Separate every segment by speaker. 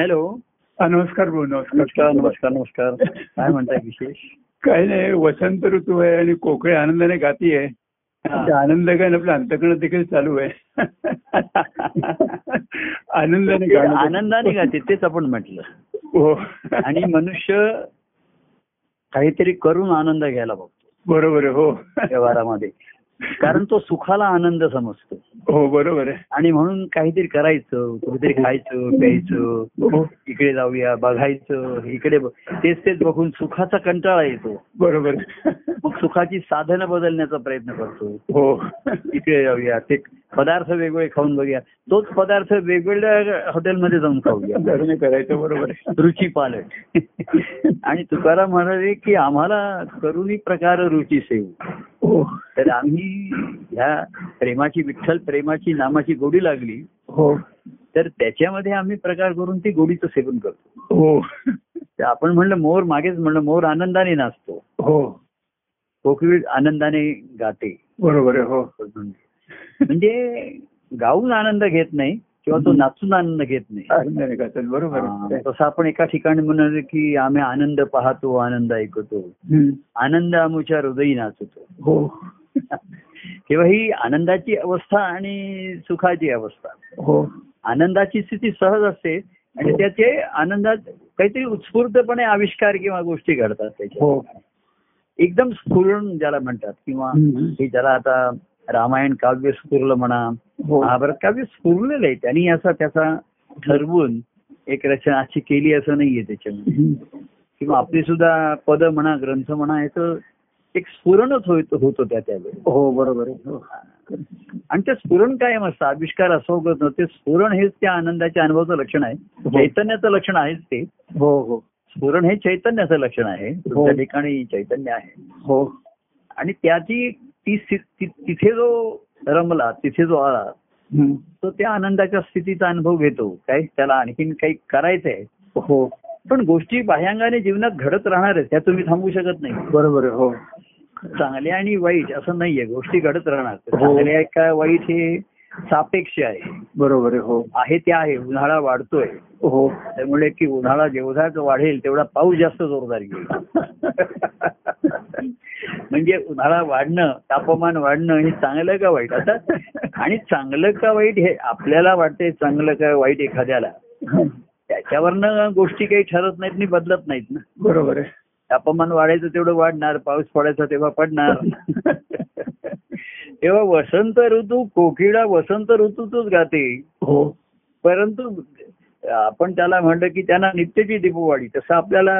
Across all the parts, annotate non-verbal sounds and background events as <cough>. Speaker 1: Hello
Speaker 2: हा, नमस्कार भाऊ नमस्कार
Speaker 1: नमस्कार नमस्कार नमस्कार काय म्हणताय विशेष
Speaker 2: काही नाही वसंत ऋतू आहे आणि कोकळे आनंदाने गाती आहे
Speaker 1: हा.
Speaker 2: त्या आनंद गाणं आपलं अंतकरण देखील चालू आहे आनंदाने
Speaker 1: ते
Speaker 2: गाणं
Speaker 1: आनंदाने गाते तेच आपण म्हटलं
Speaker 2: हो
Speaker 1: आणि मनुष्य काहीतरी करून आनंद घ्यायला बघतो
Speaker 2: बरोबर आहे हो
Speaker 1: व्यवहारामध्ये कारण तो सुखाला आनंद समजतो
Speaker 2: हो बरोबर आहे
Speaker 1: आणि म्हणून काहीतरी करायचं कुठेतरी खायचं प्यायचं
Speaker 2: हो,
Speaker 1: इकडे जाऊया बघायचं इकडे ब- तेच तेच बघून सुखाचा कंटाळा येतो
Speaker 2: बरोबर आहे.
Speaker 1: मग सुखाची साधनं बदलण्याचा प्रयत्न करतो
Speaker 2: हो
Speaker 1: इकडे जाऊया ते पदार्थ वेगवेगळे खाऊन बघूया तोच पदार्थ वेगवेगळ्या हॉटेलमध्ये जाऊन खाऊया
Speaker 2: धर्म करायचं बरोबर आहे
Speaker 1: रुची पालट आणि तुकाराम म्हणाले की आम्हाला करुणी प्रकार रुची सेवू
Speaker 2: हो
Speaker 1: तर आम्ही ह्या प्रेमाची विठ्ठल प्रेमाची नामाची गोडी लागली
Speaker 2: हो
Speaker 1: तर त्याच्यामध्ये आम्ही प्रकार करून ती गोडीचं सेवन करतो
Speaker 2: हो
Speaker 1: तर आपण म्हणलं मोर मागेच म्हणलं मोर आनंदाने नाचतो
Speaker 2: हो
Speaker 1: कोकिळ आनंदाने गाते
Speaker 2: बरोबर आहे हो
Speaker 1: म्हणजे गाऊन आनंद घेत नाही किंवा तो नाचून आनंद घेत नाही
Speaker 2: आनंदाने गातात बरोबर
Speaker 1: हा,
Speaker 2: आहे
Speaker 1: तसं आपण एका ठिकाणी म्हणाल की आम्ही आनंद पाहतो आनंद ऐकतो
Speaker 2: हम्म.
Speaker 1: आनंद आमच्या हृदयी नाचतो
Speaker 2: हो
Speaker 1: तेव्हा ही आनंदाची अवस्था आणि सुखाची अवस्था
Speaker 2: हो
Speaker 1: आनंदाची स्थिती सहज असते आणि त्याचे आनंदात काहीतरी उत्स्फूर्तपणे आविष्कार किंवा गोष्टी घडतात त्याच्या
Speaker 2: हो
Speaker 1: एकदम स्फुरण ज्याला म्हणतात किंवा
Speaker 2: हम्म.
Speaker 1: हे ज्याला आता रामायण काव्य स्फुरलं म्हणा
Speaker 2: हो
Speaker 1: महाभारत काव्य स्फुरलेलं आहे त्यांनी असा त्याचा ठरवून एक रचना अशी केली असं नाहीये त्याच्यामध्ये
Speaker 2: हम्म.
Speaker 1: किंवा आपली सुद्धा पद म्हणा ग्रंथ म्हणा याचं एक स्फुरणच होत होत होत्या त्यावेळी
Speaker 2: हो बरोबर आहे हो
Speaker 1: आणि ते स्फुरण कायम असतं आविष्कार असो किंवा ते स्फुरण हेच त्या आनंदाच्या अनुभवाचं लक्षण आहे
Speaker 2: हो.
Speaker 1: चैतन्याचं लक्षण आहेच ते
Speaker 2: हो हो
Speaker 1: स्फुरण हे चैतन्याचं लक्षण आहे तुमच्या ठिकाणी चैतन्य आहे
Speaker 2: हो
Speaker 1: आणि त्याची ती स्थि- ति- तिथे जो रमला तिथे जो आला
Speaker 2: हम्म.
Speaker 1: तो त्या आनंदाच्या स्थितीचा अनुभव घेतो काय त्याला आणखीन काही करायचंय
Speaker 2: हो
Speaker 1: पण गोष्टी बाह्यांगाने जीवनात घडत राहणार आहेत त्या तुम्ही थांबवू शकत नाही
Speaker 2: बरोबर आहे हो
Speaker 1: चांगल्या आणि वाईट असं नाहीये गोष्टी घडत राहणार चांगल्या का वाईट हे सापेक्ष आहे
Speaker 2: बरोबर आहे हो
Speaker 1: आहे ते आहे उन्हाळा वाढतोय
Speaker 2: हो
Speaker 1: त्यामुळे की उन्हाळा जेवढा वाढेल तेवढा पाऊस जास्त जोरदार येईल म्हणजे उन्हाळा वाढणं तापमान वाढणं हे चांगलं का वाईट आता आणि चांगलं का वाईट हे आपल्याला वाटते चांगलं का वाईट एखाद्याला त्याच्यावरनं गोष्टी काही ठरत नाहीत आणि बदलत नाहीत ना
Speaker 2: बरोबर आहे
Speaker 1: तापमान वाढायचं तेवढं वाढणार पाऊस पडायचा तेव्हा पडणार तेव्हा वसंत ऋतू कोकिळा वसंत ऋतूतच गाते
Speaker 2: हो
Speaker 1: परंतु आपण त्याला म्हणलं की त्यांना नित्यची दीपवाडी तसं आपल्याला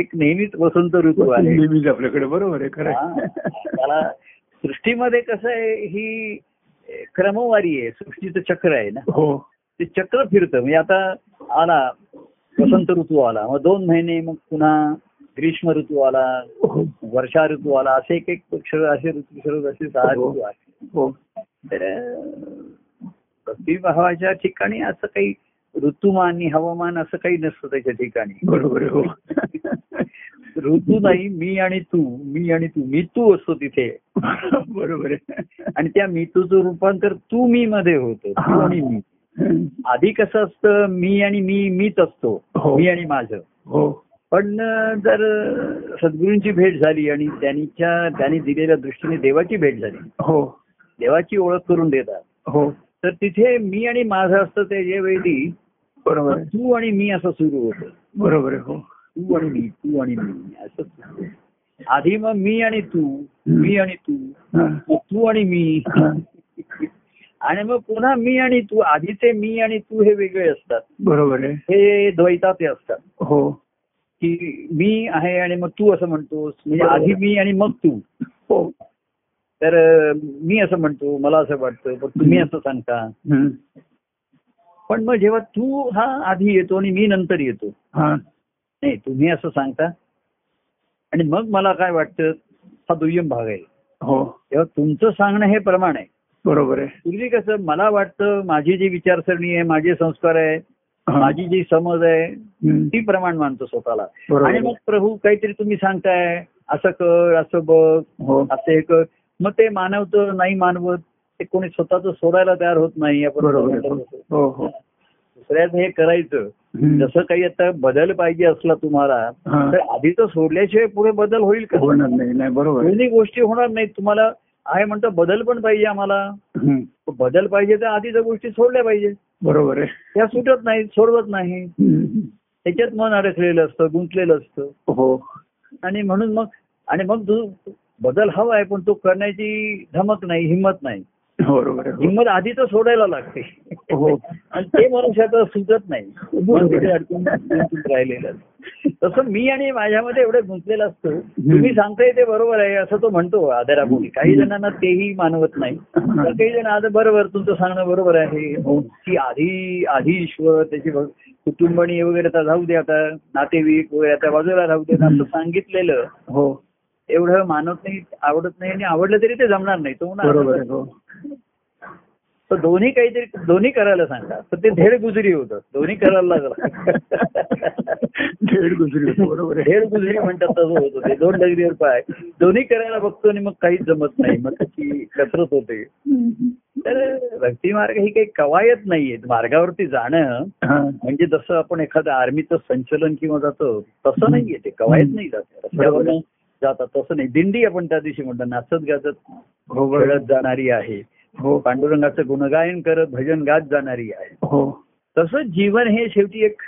Speaker 1: एक नेहमीच वसंत ऋतू आहे
Speaker 2: नेहमीच आपल्याकडे बरोबर आहे खरं
Speaker 1: हा.
Speaker 2: आहे.
Speaker 1: त्याला सृष्टीमध्ये कसं आहे ही क्रमवारी आहे सृष्टीचं चक्र आहे ना
Speaker 2: हो
Speaker 1: ते चक्र फिरतं म्हणजे आता आला वसंत ऋतू आला मग दोन महिने मग पुन्हा ग्रीष्म ऋतू आला
Speaker 2: हो
Speaker 1: वर्षा ऋतू आला असे एक एक क्षर असे ऋतू शरद असे सहा
Speaker 2: हो.
Speaker 1: ऋतू आहेत
Speaker 2: हो
Speaker 1: तर भक्तिभावाच्या ठिकाणी असं काही ऋतुमान आणि हवामान असं काही नसतं त्याच्या ठिकाणी
Speaker 2: बरोबर आहे हो <laughs>
Speaker 1: ऋतू नाही मी आणि तू मी आणि तू मी तू असतो तिथे
Speaker 2: बरोबर आहे
Speaker 1: आणि त्या मी तूचं रूपांतर तू मी मध्ये होतं तू
Speaker 2: हा.
Speaker 1: आणि मी आधी कसं असतं मी आणि मी मीच असतो
Speaker 2: हो.
Speaker 1: मी आणि माझं
Speaker 2: हो
Speaker 1: पण जर सद्गुरूंची भेट झाली आणि त्यांच्या त्यांनी दिलेल्या दृष्टीने देवाची भेट झाली
Speaker 2: हो
Speaker 1: देवाची ओळख करून देतात
Speaker 2: हो
Speaker 1: तर तिथे मी आणि माझं असतं त्याच्या वेळी
Speaker 2: बरोबर आहे
Speaker 1: तू आणि मी असं सुरू होतं
Speaker 2: बरोबर आहे हो
Speaker 1: तू आणि मी तू आणि मी असं सुरू होतं. आधी मग मी आणि तू मी आणि तू
Speaker 2: हा.
Speaker 1: मग तू आणि मी
Speaker 2: हा.
Speaker 1: आणि मग पुन्हा मी आणि तू आधीचे मी आणि तू हे वेगळे असतात
Speaker 2: बरोबर आहे
Speaker 1: हे द्वैताचे असतात
Speaker 2: हो
Speaker 1: की मी आहे आणि मग तू असं म्हणतोस म्हणजे आधी मी आणि मग तू
Speaker 2: हो
Speaker 1: तर अं, मी असं म्हणतो मला असं वाटतं पण तुम्ही असं सांगता
Speaker 2: हम्म.
Speaker 1: पण मग जेव्हा तू हा आधी येतो आणि मी नंतर येतो
Speaker 2: हा
Speaker 1: नाही तुम्ही असं सांगता आणि मग मला काय वाटतं हा दुय्यम भाग आहे
Speaker 2: हो
Speaker 1: तेव्हा तुमचं सांगणं हे प्रमाण आहे
Speaker 2: बरोबर आहे
Speaker 1: पूर्वी कसं मला वाटतं माझी जी विचारसरणी आहे माझे संस्कार आहे
Speaker 2: हा.
Speaker 1: माझी जी समज आहे
Speaker 2: हम्म.
Speaker 1: ती प्रमाण मानतो स्वतःला
Speaker 2: बरोबर.
Speaker 1: आणि मग प्रभू काहीतरी तुम्ही सांगताय असं कर असं बघ
Speaker 2: हो
Speaker 1: असं हे कर मग ते मानवतं नाही मानवत ते कोणी स्वतःच सोडायला तयार होत नाही आपण
Speaker 2: बरोबर आहे. हो हो
Speaker 1: दुसऱ्याचं हे करायचं
Speaker 2: हम्म.
Speaker 1: जसं काही आता बदल पाहिजे असला तुम्हाला
Speaker 2: हा.
Speaker 1: म्हणजे तर आधीच सोडल्याशिवाय पुढे बदल होईल का
Speaker 2: होणार नाही नाही बरोबर आहे.
Speaker 1: दोन्ही गोष्टी होणार नाहीत तुम्हाला आहे म्हणतं बदल पण पाहिजे आम्हाला
Speaker 2: हम्म.
Speaker 1: बदल पाहिजे तर आधीच्या गोष्टी सोडल्या पाहिजे
Speaker 2: बरोबर आहे
Speaker 1: त्या सुटत नाहीत सोडवत नाही
Speaker 2: हम्म.
Speaker 1: त्याच्यात मन अडकलेलं असतं गुंतलेलं असतं
Speaker 2: हो
Speaker 1: आणि म्हणून मग आणि मग तू बदल हवा आहे पण तो करण्याची धमक नाही हिंमत नाही
Speaker 2: बरोबर आहे हो.
Speaker 1: हिंमत आधी तर सोडायला लागते
Speaker 2: हो.
Speaker 1: आणि ते मनुष्याचं सुचत नाही मन तिथे अडकून गुंतून राहिलेलं असतं. तसं मी आणि माझ्यामध्ये एवढं गुंतलेलं असतं तुम्ही सांगताय ते बरोबर आहे असं तो म्हणतो आदरापुढे काही जणांना तेही मानवत नाही तर काही जण आता बरोबर तुमचं सांगणं बरोबर आहे
Speaker 2: हो.
Speaker 1: की आधी आधी ईश्वर त्याची भग- कुटुंबणी वगैरे आता राहू दे आता नातेवाईक वगैरे आता बाजूला राहू दे असं सांगितलेलं
Speaker 2: हो
Speaker 1: एवढं मानत नाही आवडत नाही आणि आवडलं तरी ते जमणार नाही तो म्हणा,
Speaker 2: बरोबर आहे हो
Speaker 1: तर दोन्ही काहीतरी दोन्ही करायला सांगा तर ते धेड गुजरी होतं दोन्ही करायला
Speaker 2: <laughs>
Speaker 1: लागला
Speaker 2: खेळ गुजरी होतो, बरोबर आहे
Speaker 1: <laughs> धेड गुजरी म्हणतात तसं होतं ते दोन डगरीवर पाय दोन्ही करायला बघतो आणि मग काहीच जमत नाही मग त्याची कसरत होते तर भक्ती मार्ग ही काही कवायत नाहीये मार्गावरती जाणं
Speaker 2: हा.
Speaker 1: म्हणजे जसं आपण एखादं आर्मीचं संचलन किंवा जातो तसं नाहीये ते कवायत नाही जात रस्त्यावरनं जातात तसं नाही दिंडी आपण त्या दिवशी म्हणतो नाचत गाजत
Speaker 2: हो बरोबर
Speaker 1: खेळत जाणारी आहे
Speaker 2: हो
Speaker 1: पांडुरंगाचं गुणगायन करत भजन गात जाणारी आहे
Speaker 2: हो
Speaker 1: तसंच जीवन हे शेवटी एक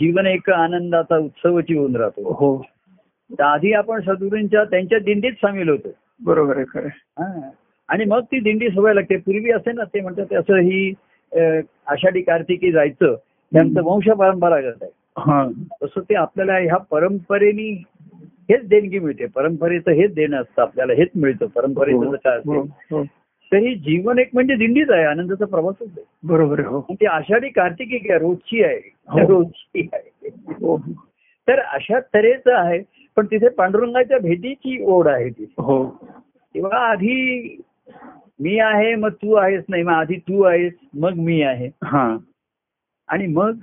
Speaker 1: जीवन एक आनंदाचा उत्सवची होऊन राहतो
Speaker 2: हो
Speaker 1: तर आधी आपण सद्गुरूंच्या त्यांच्या दिंडीत सामील होतो
Speaker 2: बरोबर आहे खरं आहे.
Speaker 1: हा. आणि मग ती दिंडी सोडायला लागते पूर्वी असे ना ते म्हणतात असं ही अ, आषाढी कार्तिकी जायचं त्यांचं वंश परंपरागत आहे
Speaker 2: हा
Speaker 1: तसं ते आपल्याला ह्या परंपरेने हेच देणगी मिळते परंपरेचं हेच देणं असतं आपल्याला हेच मिळतं परंपरेचं
Speaker 2: हो,
Speaker 1: जर काय असेल
Speaker 2: हो, हो.
Speaker 1: तरी जीवन एक म्हणजे दिंडीच आहे आनंदाचा प्रवासच आहे
Speaker 2: बरोबर आहे हो
Speaker 1: आणि ती आषाढी कार्तिकी काय रोजची आहे
Speaker 2: हो.
Speaker 1: रोजची आहे
Speaker 2: हो
Speaker 1: तर अशा तऱ्हेचं आहे पण तिथे पांडुरंगाच्या भेटीची ओढ आहे ती
Speaker 2: हो
Speaker 1: तेव्हा आधी मी आहे मग तू आहेस नाही मग आधी तू आहेस मग मी आहे
Speaker 2: हा
Speaker 1: आणि मग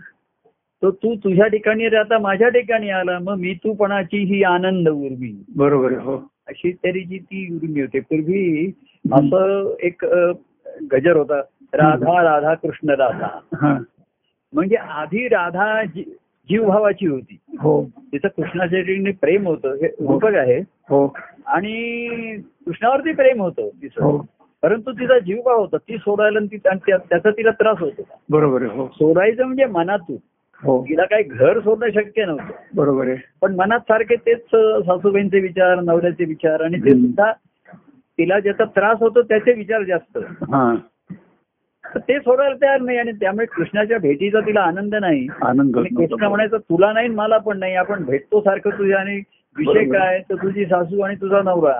Speaker 1: तो तू तुझ्या ठिकाणी राहता माझ्या ठिकाणी आला मग मी तूपणाची ही आनंद उर्मी
Speaker 2: बरोबर आहे हो
Speaker 1: अशी तऱ्हेची ती उर्मी होते पूर्वी असं एक अ, गजर होता राधा राधा कृष्ण राधा
Speaker 2: हा
Speaker 1: म्हणजे आधी राधा जी- जीवभावाची होती
Speaker 2: हो
Speaker 1: तिचं कृष्णाच्या ठिकाणी प्रेम होतं हे रूपक आहे
Speaker 2: हो
Speaker 1: आणि कृष्णावरती प्रेम होतं
Speaker 2: हो
Speaker 1: तिचं परंतु तिचा जीवभाव होता ती सोडायला आणि ती- आणि त्या- त्याचा तिला त्रास होत होता
Speaker 2: बरोबर आहे हो
Speaker 1: सोडायचं म्हणजे मनातून
Speaker 2: हो
Speaker 1: तिला काही घर सोडणं शक्य नव्हतं
Speaker 2: बरोबर आहे
Speaker 1: पण मनात सारखे तेच अं, सासूबाईंचे विचार नवऱ्याचे विचार आणि ते
Speaker 2: हम्म.
Speaker 1: सुद्धा तिला ज्याचा त्रास होतो त्याचे विचार जास्त
Speaker 2: हा
Speaker 1: तर ते सोडायला तयार नाही आणि त्यामुळे कृष्णाच्या भेटीचा तिला आनंद नाही
Speaker 2: आनंद होत
Speaker 1: आणि कृष्ण
Speaker 2: नव्हता.
Speaker 1: म्हणायचं तुला नाही आणि मला पण नाही आपण भेटतो सारखं तुझ्या आणि विषय
Speaker 2: बरोबर.
Speaker 1: काय तर तुझी सासू आणि तुझा नवरा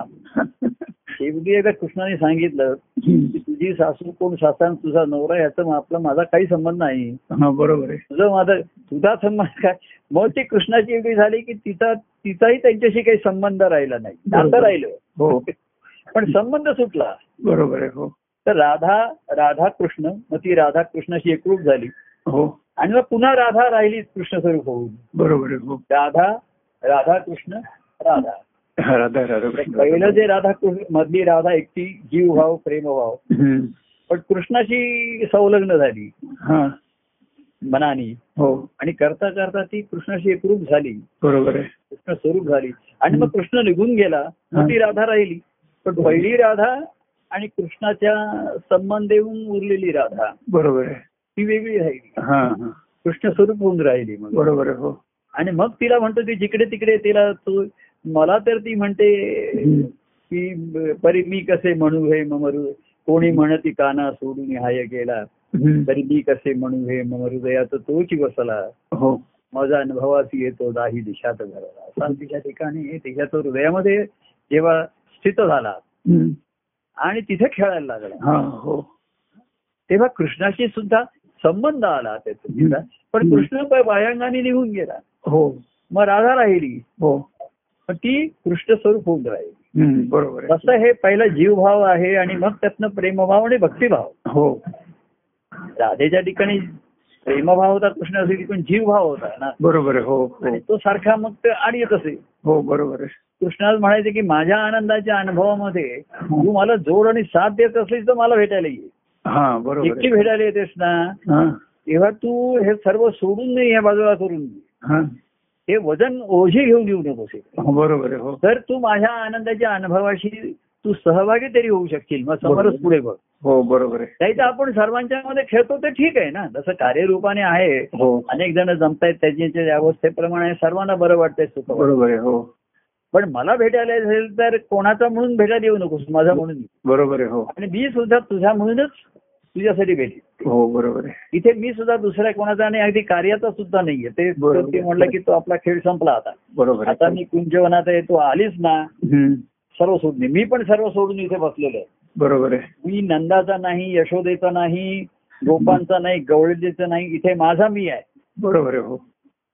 Speaker 1: शेवटी एकदा कृष्णाने सांगितलं की तुझी सासू कोण सासा आणि तुझा नवरा याचा आपला माझा काही संबंध नाही
Speaker 2: हा बरोबर आहे
Speaker 1: तुझं माझा तुझा संबंध काय मग ती कृष्णाची एवढी झाली की तिचा तिचाही त्यांच्याशी काही संबंध राहिला नाही नातं
Speaker 2: बरोबर.
Speaker 1: राहिलं
Speaker 2: हो
Speaker 1: पण संबंध सुटला
Speaker 2: बरोबर आहे हो
Speaker 1: तर राधा राधा कृष्ण मग ती राधा कृष्णाशी एकरूप झाली
Speaker 2: हो
Speaker 1: आणि मग पुन्हा राधा राहिली कृष्ण स्वरूप होऊन
Speaker 2: बरोबर आहे हो
Speaker 1: राधा राधा कृष्ण राधा
Speaker 2: राधा राधा
Speaker 1: पहिलं जे राधा कृष्ण मधली राधा एकटी जीवभाव प्रेमभाव
Speaker 2: हम्म.
Speaker 1: पण कृष्णाशी संलग्न झाली
Speaker 2: हा
Speaker 1: मनाने
Speaker 2: हो
Speaker 1: आणि करता करता ती कृष्णाशी एकरूप झाली
Speaker 2: बरोबर आहे
Speaker 1: कृष्ण स्वरूप झाली आणि मग कृष्ण निघून गेला मग ती राधा राहिली पण पहिली राधा आणि कृष्णाच्या संबंध येऊन उरलेली राधा
Speaker 2: बरोबर आहे
Speaker 1: ती वेगळी राहिली
Speaker 2: हा हा
Speaker 1: कृष्ण स्वरूप होऊन राहिली मग
Speaker 2: बरोबर आहे हो
Speaker 1: आणि मग तिला म्हणतो ती जिकडे तिकडे तिला तो मला तर ती म्हणते
Speaker 2: हम्म.
Speaker 1: की परी मी कसे म्हणू हे ममरू कोणी म्हणती काना सोडून हाय गेला
Speaker 2: हम्म.
Speaker 1: तरी मी कसे म्हणू हे ममरुदयात तोच बसला
Speaker 2: हो
Speaker 1: माझा अनुभवासी येतो दाही दिशात घराला असा तिच्या ठिकाणी तिच्या तो हृदयामध्ये जेव्हा स्थित झाला
Speaker 2: हम्म.
Speaker 1: आणि तिथे खेळायला लागला
Speaker 2: हा हो
Speaker 1: तेव्हा कृष्णाशी सुद्धा संबंध आला त्याचा तिचा. पण
Speaker 2: हम्म.
Speaker 1: कृष्ण प- बायांगाने निघून गेला
Speaker 2: हो
Speaker 1: मग राधा राहिली
Speaker 2: हो
Speaker 1: पण ती कृष्ण स्वरूप होऊन राहिली
Speaker 2: हम्म. बरोबर आहे
Speaker 1: तसं हे पहिला जीवभाव आहे आणि मग त्यातनं प्रेमभाव आणि भक्तिभाव
Speaker 2: हो
Speaker 1: राधेच्या ठिकाणी प्रेमभाव होता कृष्णाच्या ठिकाणी जीवभाव होता ना
Speaker 2: बरोबर आहे हो
Speaker 1: आणि
Speaker 2: हो
Speaker 1: तो सारखा मग ते आणि येत असे
Speaker 2: हो बरोबर आहे
Speaker 1: कृष्णाला म्हणायचे की माझ्या आनंदाच्या अनुभवामध्ये तू मला जोड आणि साथ देत असलीस तर मला भेटायला ये
Speaker 2: हा बरोबर
Speaker 1: एकटी
Speaker 2: आहे
Speaker 1: भेटायला येतेस ना
Speaker 2: हा
Speaker 1: तेव्हा तू हे सर्व सोडून दे या बाजूला करून दे.
Speaker 2: हा.
Speaker 1: हे वजन ओझे घेऊन येऊ नकोस हे.
Speaker 2: हो, बरोबर आहे हो
Speaker 1: तर तू माझ्या आनंदाच्या अनुभवाशी तू सहभागी तरी होऊ शकशील मग समोरच
Speaker 2: बरोबर.
Speaker 1: पुढे बघ
Speaker 2: हो बरोबर आहे
Speaker 1: नाही तर आपण सर्वांच्या मध्ये खेळतो ते ठीक आहे ना जसं कार्यरूपाने आहे
Speaker 2: हो
Speaker 1: अनेक जण जमतायत त्याच्या अवस्थेप्रमाणे सर्वांना बरं वाटतंय सुख वाटतंय.
Speaker 2: बरोबर आहे हो
Speaker 1: पण मला भेटायला असेल तर कोणाचा म्हणून भेटायला येऊ नकोस माझा म्हणून ये.
Speaker 2: बरोबर आहे हो
Speaker 1: आणि मी सुद्धा तुझा म्हणूनच तुझ्यासाठी भेटेल
Speaker 2: हो बरोबर आहे
Speaker 1: इथे मी सुद्धा दुसऱ्या कोणाचा आणि अगदी कार्याचा सुद्धा नाहीये ते
Speaker 2: बरोबर.
Speaker 1: ते म्हणलं की तो आपला खेळ संपला आता
Speaker 2: बरोबर
Speaker 1: आता
Speaker 2: आहे
Speaker 1: मी कुंजवनात आहे तू आलीस ना
Speaker 2: हम्म.
Speaker 1: सर्व सोडून मी पण सर्व सोडून इथे बसलेलो आहे
Speaker 2: बरोबर आहे
Speaker 1: मी नंदाचा नाही यशोदेचा नाही गोपांचा नाही गवळदेचा नाही इथे माझा मी आहे
Speaker 2: बरोबर आहे हो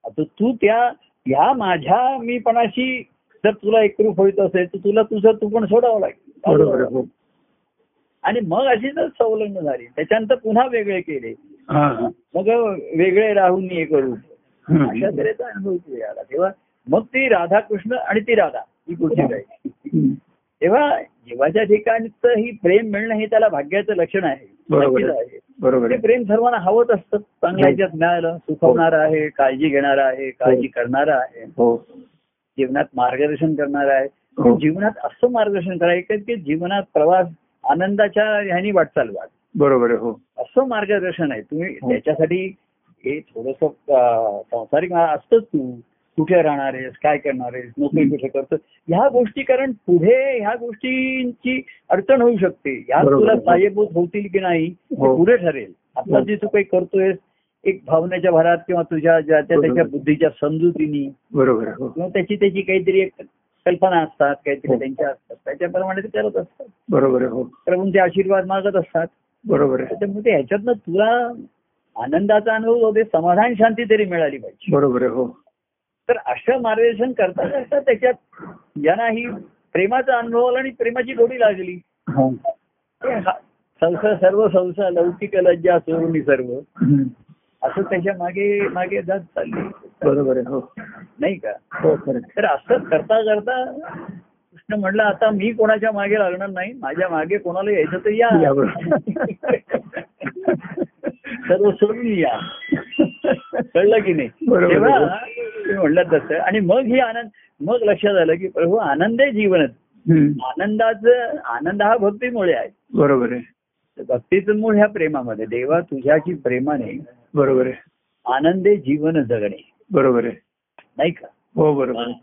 Speaker 1: आता तू त्या ह्या माझ्या मीपणाशी जर तुला एकरूप होत असेल तर तुला तुझं तू पण सोडावं
Speaker 2: बरोबर आहे
Speaker 1: लागेल
Speaker 2: हो
Speaker 1: आणि मग अशी जर संलग्न झाली त्याच्यानंतर पुन्हा वेगळे केले
Speaker 2: हा हा
Speaker 1: मग वेगळे राहून एक रूप अशा
Speaker 2: हम्म.
Speaker 1: तऱ्हेचा अनुभव तू याला तेव्हा मग ती राधाकृष्ण आणि ती राधा ही गोष्ट आहे
Speaker 2: हम्म.
Speaker 1: तेव्हा जीवाच्या ठिकाणचं ही प्रेम मिळणं हे त्याला भाग्याचं लक्षण आहे
Speaker 2: बरोबर
Speaker 1: नक्कीच
Speaker 2: आहे. हो.
Speaker 1: आहे
Speaker 2: बरोबर
Speaker 1: ते
Speaker 2: आहे
Speaker 1: प्रेम सर्वांना हवंच असतं चांगल्या ह्याच्यात मिळालं सुखवणारं आहे काळजी घेणारं आहे काळजी करणारं आहे
Speaker 2: हो
Speaker 1: जीवनात मार्गदर्शन करणार
Speaker 2: हो.
Speaker 1: आहे जीवनात असं मार्गदर्शन करायचं की जीवनात प्रवास आनंदाच्या ह्यानी वाटचाल वाट
Speaker 2: बरोबर आहे हो
Speaker 1: असं मार्गदर्शन आहे तुम्ही
Speaker 2: हो.
Speaker 1: त्याच्यासाठी हे थोडस संसारिक मा- असतंच तू कुठे राहणार आहेस काय करणार आहेस नोकरी कुठे करतो ह्या गोष्टी कारण पुढे ह्या गोष्टींची अडचण होऊ शकते ह्या
Speaker 2: बरोबर.
Speaker 1: तुला सहाय्यभूत होतील की नाही
Speaker 2: हो.
Speaker 1: हे पुढे ठरेल आता
Speaker 2: हो.
Speaker 1: जे तू काही करतोयस एक भावनेच्या भरात किंवा तुझ्या ज्या त्या त्याच्या
Speaker 2: बरोबर.
Speaker 1: बुद्धीच्या समजुतीने
Speaker 2: बरोबर आहे हो
Speaker 1: किंवा त्याची त्याची काहीतरी एक कल्पना असतात काहीतरी
Speaker 2: हो.
Speaker 1: त्यांच्या असतात त्याच्याप्रमाणे ते करत असतात
Speaker 2: बरोबर आहे हो
Speaker 1: प्रभूंचे आशीर्वाद मागत असतात
Speaker 2: बरोबर आहे
Speaker 1: त्याच्यामुळे ते ह्याच्यातनं तुला आनंदाचा अनुभव होते समाधान शांती तरी मिळाली पाहिजे
Speaker 2: बरोबर आहे हो
Speaker 1: तर अशा मार्गदर्शन करता करता त्याच्यात ज्यांना ही प्रेमाचा अनुभव आला आणि प्रेमाची गोडी लागली
Speaker 2: हा.
Speaker 1: ते हा- संसार सर्व संसार लौकिक लज्जा सोडून सर्व
Speaker 2: हम्म.
Speaker 1: असं त्याच्या मागे मागे जात चालली
Speaker 2: बरोबर आहे हो
Speaker 1: नाही का
Speaker 2: हो खरं आहे.
Speaker 1: तर असं करता करता कृष्ण म्हणला आता मी कोणाच्या मागे लागणार नाही माझ्या मागे कोणाला यायचं तर या
Speaker 2: या
Speaker 1: सर्व सोडून या कळलं की नाही
Speaker 2: बरोबर.
Speaker 1: तेव्हा मी म्हणलं तसं आणि मग ही आनंद मग लक्षात आलं की प्रभू आनंद आहे जीवनात
Speaker 2: हम्म.
Speaker 1: आनंदाचं आनंद हा भक्तीमुळे आहे
Speaker 2: बरोबर आहे
Speaker 1: तर भक्तीचं मूळ ह्या प्रेमामध्ये देवा तुझ्याची प्रेमाने
Speaker 2: बरोबर आहे
Speaker 1: आनंदे जीवन जगणे
Speaker 2: बरोबर आहे
Speaker 1: नाही का
Speaker 2: हो बरोबर आहे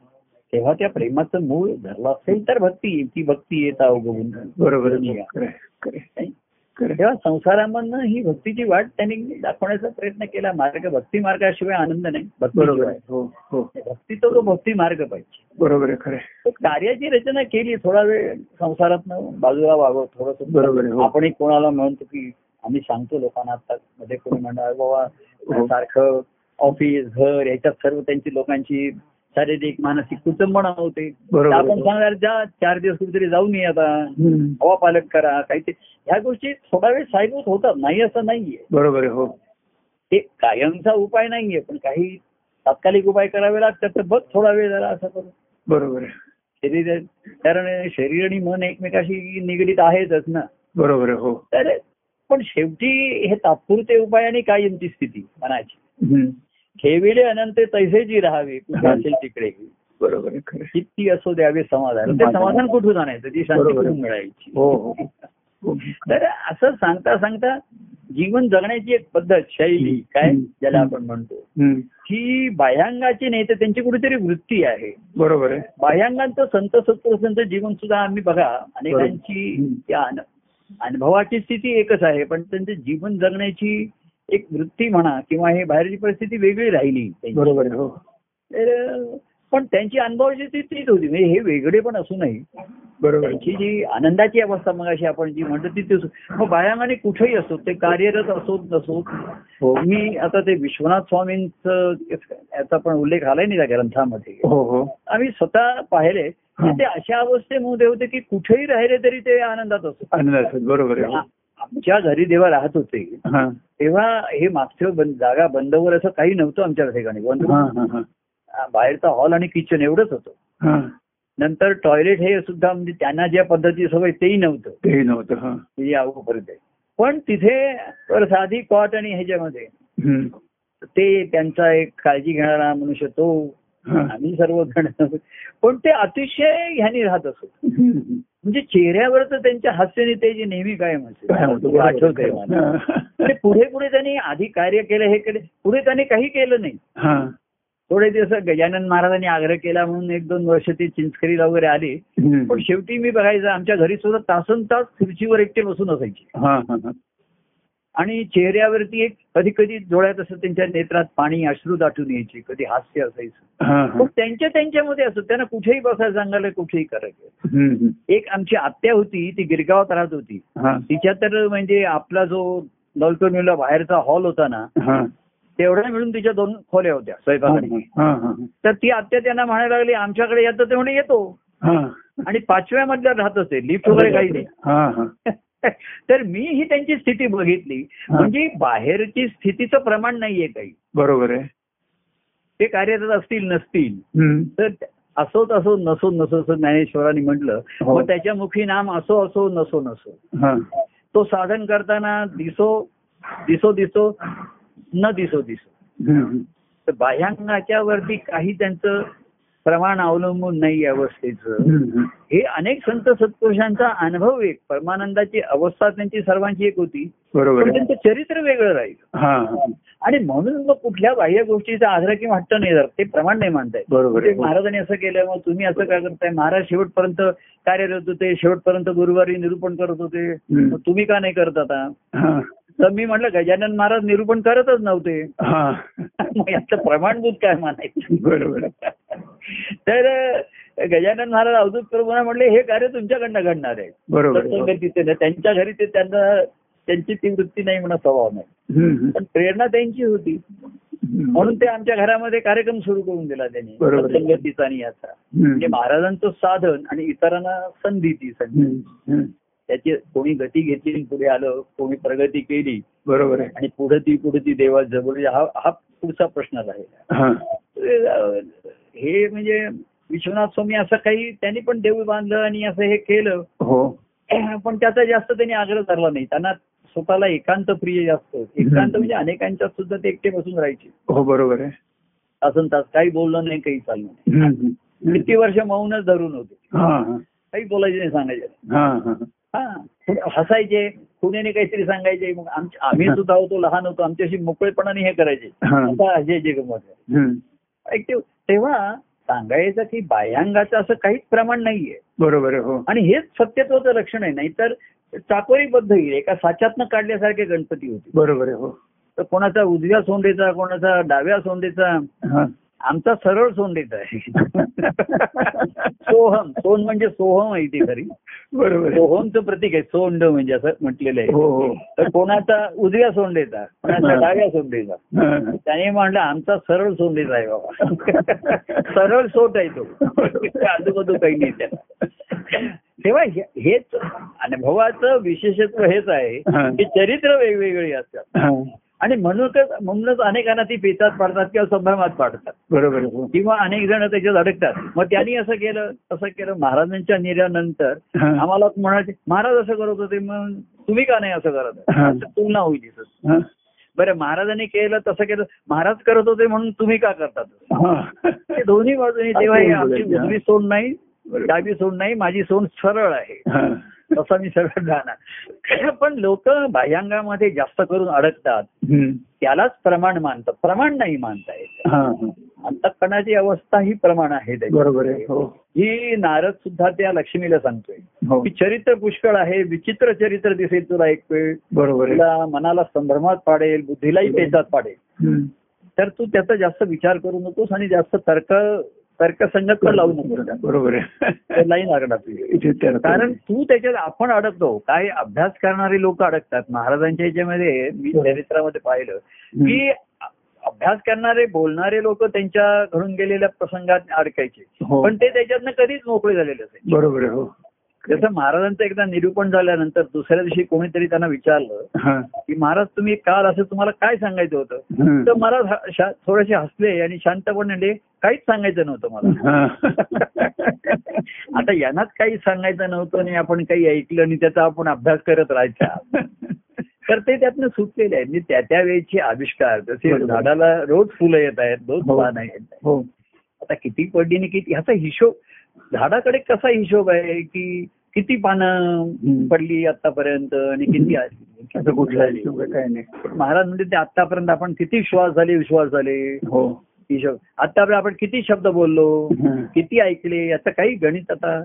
Speaker 1: तेव्हा त्या प्रेमाचं मूळ धरलं असेल तर भक्ती येईल. ती भक्ती येता उगवून
Speaker 2: बरोबर आहे
Speaker 1: नाही
Speaker 2: हो. खरं आहे. खरं आहे.
Speaker 1: का?
Speaker 2: खरं आहे.
Speaker 1: तेव्हा संसारामधनं ही भक्तीची वाट त्यांनी दाखवण्याचा प्रयत्न केला मार्ग भक्ती मार्गाशिवाय आनंद नाही
Speaker 2: बरोबर आहे
Speaker 1: भक्ती
Speaker 2: हो हो
Speaker 1: भक्ती तो तो भक्ती मार्ग पाहिजे
Speaker 2: बरोबर आहे खरं आहे.
Speaker 1: तर कार्याची रचना केली थोडा वेळ संसारातनं बाजूला वागव
Speaker 2: बरोबर आहे,
Speaker 1: थोडस
Speaker 2: हो.
Speaker 1: आपण एक कोणाला म्हणतो की आम्ही सांगतो लोकांना आता मध्ये कोणी म्हणणार बाबा
Speaker 2: हो.
Speaker 1: सारखं ऑफिस घर याच्यात सर्व त्यांची लोकांची शारीरिक मानसिक कुचंबणा होते
Speaker 2: बरोबर आहे,
Speaker 1: आपण
Speaker 2: हो.
Speaker 1: सांगणार जा चार दिवस कुठेतरी जाऊन ये आता
Speaker 2: हम्म.
Speaker 1: हवा पालट करा काहीतरी ह्या गोष्टी थोडा वेळ सायभूत होतात नाही असं नाहीये
Speaker 2: बरोबर आहे हो
Speaker 1: ते कायमचा उपाय नाहीये पण काही तात्कालिक उपाय करावे लागतात तर बघ थोडा वेळ झाला असं करू
Speaker 2: बरोबर आहे
Speaker 1: शरीर कारण शरीर आणि मन एकमेकाशी निगडीत आहेतच ना
Speaker 2: बरोबर आहे हो
Speaker 1: तर पण शेवटी हे तात्पुरते उपाय आणि कायमची स्थिती मनाची
Speaker 2: हम्म.
Speaker 1: ठेविले अनंत तैसे जी राहावी कुठे
Speaker 2: हा.
Speaker 1: असेल तिकडे
Speaker 2: बरोबर आहे खरं आहे.
Speaker 1: किती असो द्यावे समाधान ते समाधान कुठून आणायचं ती शांती
Speaker 2: बरोबर आहे.
Speaker 1: कुठून मिळायची
Speaker 2: हो हो हो.
Speaker 1: तर असं सांगता सांगता जीवन जगण्याची एक पद्धत शैली काय
Speaker 2: हम्म.
Speaker 1: ज्याला आपण म्हणतो
Speaker 2: हम्म.
Speaker 1: ही बाह्यांगाची नाही तर त्यांची कुठेतरी वृत्ती आहे
Speaker 2: बरोबर आहे
Speaker 1: बाह्यांगांचं संत सत्पुरुषांचं जीवन सुद्धा आम्ही बघा अनेकांची
Speaker 2: हम्म.
Speaker 1: त्या अन- अनुभवाची स्थिती एकच आहे पण त्यांचं जीवन जगण्याची एक वृत्ती म्हणा किंवा हे बाहेरची परिस्थिती वेगळी राहिली त्यांची.
Speaker 2: बरोबर आहे हो
Speaker 1: तर, पण त्यांची अनुभवाची स्थिती तीच होती म्हणजे हे वेगळे पण असूनही
Speaker 2: बरोबर आहे.
Speaker 1: त्यांची जी आनंदाची अवस्था मग अशी आपण जी म्हणतो ती तीच होती. मग बायांगाने कुठेही असो ते कार्यरत असोत नसोत
Speaker 2: हो
Speaker 1: मी आता ते विश्वनाथ स्वामींचं याचा पण उल्लेख आलाय नाही त्या ग्रंथामध्ये
Speaker 2: हो हो
Speaker 1: आम्ही स्वतः पाहिले की ते अशा अवस्थेमध्ये होते की कुठेही राहिले तरी ते आनंदात असत
Speaker 2: आनंद असेल बरोबर आहे हो.
Speaker 1: आमच्या घरी जेव्हा राहत होते
Speaker 2: हा
Speaker 1: तेव्हा हे मागच्या बंद- जागा बंदवर असं काही नव्हतं आमच्या ठिकाणी बंद
Speaker 2: हा हा हा
Speaker 1: बाहेरचा हॉल आणि किचन एवढंच होतं
Speaker 2: हा
Speaker 1: नंतर टॉयलेट हे सुद्धा म्हणजे त्यांना ज्या पद्धती सवय तेही नव्हतं
Speaker 2: तेही नव्हतं हा
Speaker 1: म्हणजे अवघपर्यंत पण तिथे तर साधी कॉट आणि ह्याच्यामध्ये
Speaker 2: हम्म.
Speaker 1: ते त्यांचा एक काळजी घेणारा मनुष्य तो
Speaker 2: हा.
Speaker 1: आम्ही सर्वजण पण ते अतिशय ह्यानी राहत असत
Speaker 2: हम्म.
Speaker 1: म्हणजे चेहऱ्यावर तर त्यांच्या हास्याने ते जे नेहमी कायम
Speaker 2: काय म्हणतो?
Speaker 1: असेल आठवत आहे मला आणि
Speaker 2: हा.
Speaker 1: पुढे पुढे त्यांनी आधी कार्य केलं हे केलं पुढे त्यांनी काही केलं नाही
Speaker 2: हा.
Speaker 1: थोडे दिवस गजानन महाराजांनी आग्रह केला म्हणून एक दोन वर्ष ती चिंचखरीला वगैरे आली
Speaker 2: हम्म.
Speaker 1: पण शेवटी मी बघायचं आमच्या घरी सुद्धा तासन तास खुर्चीवर एकटे बसून असायची
Speaker 2: हा, हा, हा.
Speaker 1: आणि चेहऱ्यावरती एक कधी कधी डोळ्यात असं त्यांच्या नेत्रात पाणी अश्रू दाटून यायची कधी हास्य असायचं
Speaker 2: हा, हा.
Speaker 1: पण त्यांच्या त्यांच्यामध्ये असत त्यांना कुठेही बसायला सांगायला कुठेही करायचं
Speaker 2: हम्म.
Speaker 1: एक आमची आत्या होती ती गिरगावात राहत होती
Speaker 2: हा.
Speaker 1: तिच्या तर म्हणजे आपला जो नलतोडीला बाहेरचा हॉल होता ना
Speaker 2: हा.
Speaker 1: तेवढ्या मिळून तिच्या दोन खोल्या होत्या
Speaker 2: हा,
Speaker 1: स्वयंपाकाने
Speaker 2: हा, हा.
Speaker 1: तर ती आत्या त्यांना म्हणायला लागली आमच्याकडे येतं ते म्हणे येतो
Speaker 2: हा.
Speaker 1: आणि पाचव्या मधल्या राहत असते लिफ्ट वगैरे काही नाही
Speaker 2: हा, हा.
Speaker 1: तर मी ही त्यांची स्थिती बघितली
Speaker 2: हा.
Speaker 1: म्हणजे बाहेरची स्थितीचं प्रमाण नाहीये काही
Speaker 2: बरोबर आहे
Speaker 1: ते कार्यरत असतील नसतील
Speaker 2: हम्म.
Speaker 1: तर असो तसो नसो नसो असं ज्ञानेश्वरांनी म्हटलं
Speaker 2: हो.
Speaker 1: मग त्याच्या मुखी नाम असो असो नसो नसो
Speaker 2: हा.
Speaker 1: तो साधन करताना दिसो दिसो दिसो न दिसो दिसो
Speaker 2: हम्म.
Speaker 1: तर बाह्यांगाच्या वरती काही त्यांचं प्रमाण अवलंबून नाही अवस्थेचं
Speaker 2: हम्म.
Speaker 1: हे अनेक संत सत्पुरुषांचा अनुभव एक परमानंदाची अवस्था त्यांची सर्वांची एक होती
Speaker 2: बरोबर
Speaker 1: पण
Speaker 2: आहे
Speaker 1: त्यांचं चरित्र वेगळं राहिलं
Speaker 2: हा हा.
Speaker 1: आणि म्हणून मग कुठल्या बाह्य गोष्टीचा आधार किंवा हट्ट नाही धरत ते प्रमाण नाही मानताय
Speaker 2: बरोबर
Speaker 1: ते
Speaker 2: आहे
Speaker 1: महाराजांनी असं केलं मग तुम्ही असं काय करताय महाराज शेवटपर्यंत कार्यरत होते शेवटपर्यंत गुरुवारी निरूपण करत होते
Speaker 2: हम्म.
Speaker 1: मग तुम्ही का नाही करत आता
Speaker 2: हा.
Speaker 1: तर मी म्हटलं गजानन महाराज निरूपण करतच नव्हते <laughs>
Speaker 2: हा.
Speaker 1: मग याचं प्रमाणभूत काय मानायचं
Speaker 2: बरोबर आहे
Speaker 1: <laughs> तर अं, गजानन महाराज अवधूत प्रभूंना म्हणले हे कार्य तुमच्याकडनं घडणार आहे
Speaker 2: बरोबर आहे.
Speaker 1: सत्संगत तिथे नाही. त्यांच्या घरी ते त्यांना त्यांची ती वृत्ती नाही म्हणा स्वभाव नाही
Speaker 2: हम्म.
Speaker 1: पण प्रेरणा त्यांची होती
Speaker 2: हम्म.
Speaker 1: म्हणून ते आमच्या घरामध्ये कार्यक्रम सुरू करून दिला त्यांनी
Speaker 2: बरोबर आहे.
Speaker 1: सत्संगतीचा आणि याचा म्हणजे
Speaker 2: हम्म.
Speaker 1: महाराजांचं साधन आणि इतरांना संधी ती संधी
Speaker 2: हम्म. हम्म.
Speaker 1: त्याची कोणी गती घेतली आणि पुढे आलं कोणी प्रगती केली
Speaker 2: बरोबर आहे
Speaker 1: आणि पुढे ती पुढे ती देवा जवळ हा हा पुढचा प्रश्न राहिला
Speaker 2: हा
Speaker 1: हे म्हणजे विश्वनाथ स्वामी असं काही त्यांनी पण देऊळ बांधलं आणि असं हे केलं
Speaker 2: हो
Speaker 1: पण त्याचा जास्त त्यांनी आग्रह धरला नाही त्यांना स्वतःला एकांत प्रिय जास्त एकांत म्हणजे अनेकांच्या सुद्धा ते एकटे बसून राहायचे
Speaker 2: हो बरोबर आहे
Speaker 1: तासन तास काही बोललं नाही काही चाललं नाही
Speaker 2: हम्म. हम्म.
Speaker 1: किती वर्ष मौनच धरून होते
Speaker 2: हा हा.
Speaker 1: काही बोलायचे नाही सांगायचे नाही.
Speaker 2: हा हा
Speaker 1: हा थोडं हसायचे पुण्याने काहीतरी सांगायचे मग आमचे- आम्ही सुद्धा होतो लहान होतो आमच्याशी मोकळेपणाने हे करायचे
Speaker 2: हा.
Speaker 1: आता अजय गमत आहे.
Speaker 2: हम्म.
Speaker 1: एक ते- तेव्हा सांगायचं की बाह्यांगाचं असं काहीच प्रमाण नाहीये
Speaker 2: बरोबर आहे हो
Speaker 1: आणि हेच सत्यत्वाचं लक्षण आहे नाहीतर चाकोरीबद्ध येईल एका साच्यातनं काढल्यासारखे गणपती होते
Speaker 2: बरोबर आहे हो
Speaker 1: तर कोणाचा उजव्या सोंडेचा कोणाचा डाव्या सोंडेचा
Speaker 2: हा.
Speaker 1: आमचा सरळ सोंडेचा आहे <laughs> सोहम सोन म्हणजे सोहम आहे ती खरी
Speaker 2: बरोबर आहे
Speaker 1: सोहमचं प्रतीक आहे सोंड म्हणजे असं म्हटलेलं आहे
Speaker 2: हो हो
Speaker 1: तर कोणाचा उजव्या सोंडेचा कोणाचा डाव्या सोंडेचा
Speaker 2: हा.
Speaker 1: त्याने म्हणलं आमचा सरळ सोंडेचा आहे बाबा <laughs> सरळ सोट आहे तो आजूबाजू काही नाही त्याला तेव्हा हे- हेच अनुभवाचं विशेषत्व हेच आहे
Speaker 2: हा.
Speaker 1: की चरित्र वेगवेगळी असतात
Speaker 2: हा.
Speaker 1: आणि म्हणूनच म्हणूनच अनेकांना ती पेचात पाडतात किंवा संभ्रमात पाडतात
Speaker 2: बरोबर आहे हो
Speaker 1: किंवा अनेक जण त्याच्यात अडकतात मग त्यांनी असं केलं असं केलं महाराजांच्या निर्यानंतर
Speaker 2: हा.
Speaker 1: आम्हाला म्हणायचे महाराज असं करत होते मग तुम्ही का नाही असं करत
Speaker 2: हा.
Speaker 1: असं तुलना होईल इथं.
Speaker 2: हा.
Speaker 1: बरं महाराजांनी केलं तसं केलं महाराज करत होते म्हणून तुम्ही का करतात
Speaker 2: हा.
Speaker 1: ते दोन्ही बाजूनी तेव्हा हे आमची उजवी सोड नाही
Speaker 2: बरोबर.
Speaker 1: डावी सोड नाही माझी सोड सरळ आहे
Speaker 2: हा.
Speaker 1: तसा मी सरळ राहणार पण लोक बाह्यांगामध्ये जास्त करून अडकतात
Speaker 2: हम्म.
Speaker 1: त्यालाच प्रमाण मानतात प्रमाण नाही मानता येत
Speaker 2: हा, हा.
Speaker 1: अंतकणाची अवस्था ही प्रमाण आहे त्याची.
Speaker 2: बरोबर आहे हो
Speaker 1: ही नारद सुद्धा त्या लक्ष्मीला सांगतोय
Speaker 2: हो
Speaker 1: की चरित्र पुष्कळ आहे विचित्र चरित्र दिसेल तुला एक वेळ
Speaker 2: बरोबर आहे
Speaker 1: तुला मनाला संभ्रमात पाडेल बुद्धीलाही पेचात पाडेल
Speaker 2: हम्म.
Speaker 1: तर तू त्याचा जास्त विचार करू नकोस आणि जास्त तर्क तर्कसंगत पण लावू नकोस त्याला.
Speaker 2: बरोबर
Speaker 1: ते
Speaker 2: आहे
Speaker 1: नाही लागणार तुझे
Speaker 2: इथे त्याला-
Speaker 1: कारण तू त्याच्यात आपण अडकतो काय अभ्यास करणारे लोक अडकतात महाराजांच्या याच्यामध्ये मी चरित्रामध्ये पाहिलं
Speaker 2: हम्म.
Speaker 1: की अभ्यास करणारे बोलणारे लोक त्यांच्या घडून गेलेल्या प्रसंगात अडकायचे
Speaker 2: हो.
Speaker 1: पण ते त्याच्यातनं कधीच मोकळे झालेले असायचे
Speaker 2: बरोबर आहे हो
Speaker 1: जसं महाराजांचं एकदा निरूपण झाल्यानंतर दुसऱ्या दिवशी कोणीतरी त्यांना विचारलं
Speaker 2: हा.
Speaker 1: की महाराज तुम्ही काल असं तुम्हाला काय सांगायचं होतं
Speaker 2: हम्म.
Speaker 1: तर मला ह- शा- थोडेसे हसले आणि शांतपणे म्हणले, काहीच सांगायचं नव्हतं
Speaker 2: <laughs>
Speaker 1: मला
Speaker 2: हा.
Speaker 1: आता यांनाच काही सांगायचं नव्हतं आणि आपण काही ऐकलं आणि त्याचा आपण अभ्यास करत राहायचा तर ते त्यातनं सुटलेले आहेत म्हणजे त्या त्या वेळेचे आविष्कार जसे
Speaker 2: बरोबर.
Speaker 1: झाडाला रोज फुलं येत आहेत रोज
Speaker 2: हो.
Speaker 1: पानं येत आहेत
Speaker 2: हो
Speaker 1: आता किती पडलीने किती ह्याचा हिशोब झाडाकडे कसा हिशोब आहे की किती पानं
Speaker 2: हं.
Speaker 1: पडली आतापर्यंत आणि किती आ-
Speaker 2: असं कुठला
Speaker 1: झाली.
Speaker 2: हिशोब काय नाही
Speaker 1: महाराज म्हणजे ते आतापर्यंत आपण किती श्वास झाले विश्वास झाले
Speaker 2: हो
Speaker 1: हिशोब आतापर्यंत आपण किती शब्द बोललो
Speaker 2: हं.
Speaker 1: किती ऐकले याचं काही गणित आता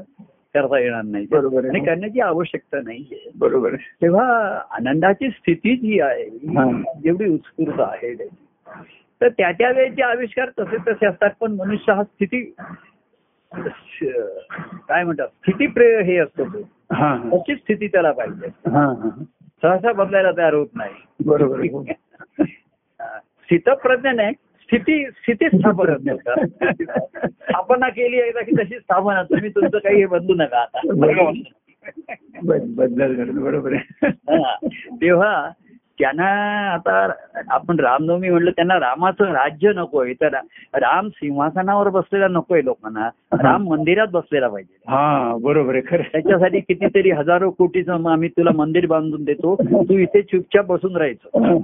Speaker 1: करता येणार नाही
Speaker 2: बरोबर आहे.
Speaker 1: आणि करण्याची आवश्यकता नाही
Speaker 2: बरोबर आहे.
Speaker 1: तेव्हा आनंदाची स्थिती जी आहे
Speaker 2: हा.
Speaker 1: ही जेवढी उत्स्फूर्त आहे तर त्या त्या वेळेचे आविष्कार तसे तसे असतात पण मनुष्य हा स्थिती श- काय म्हणतात स्थिती प्रेय हे असतो तो.
Speaker 2: हा हा.
Speaker 1: तशी स्थिती त्याला पाहिजे
Speaker 2: हा हा
Speaker 1: सहसा बदलायला तयार होत नाही
Speaker 2: बरोबर आहे. हो.
Speaker 1: स्थितप्रज्ञ नाही स्थिती स्थिती स्थापन
Speaker 2: <laughs>
Speaker 1: स्थापना केली आहे की तशी स्थापना तुम्ही तुमचं काही हे बदलू नका आता
Speaker 2: बरोबर. बद- बदल घडतो बरोबर आहे
Speaker 1: हा. तेव्हा त्यांना आता आपण रामनवमी म्हणलं त्यांना रामाचं राज्य नकोय तर रा- राम सिंहासनावर बसलेला नकोय लोकांना राम मंदिरात बसलेला पाहिजे
Speaker 2: हा बरोबर आहे खरं आहे.
Speaker 1: त्याच्यासाठी कितीतरी हजारो कोटीचं मग आम्ही तुला मंदिर बांधून देतो तू इथे चुपचाप बसून राहायचं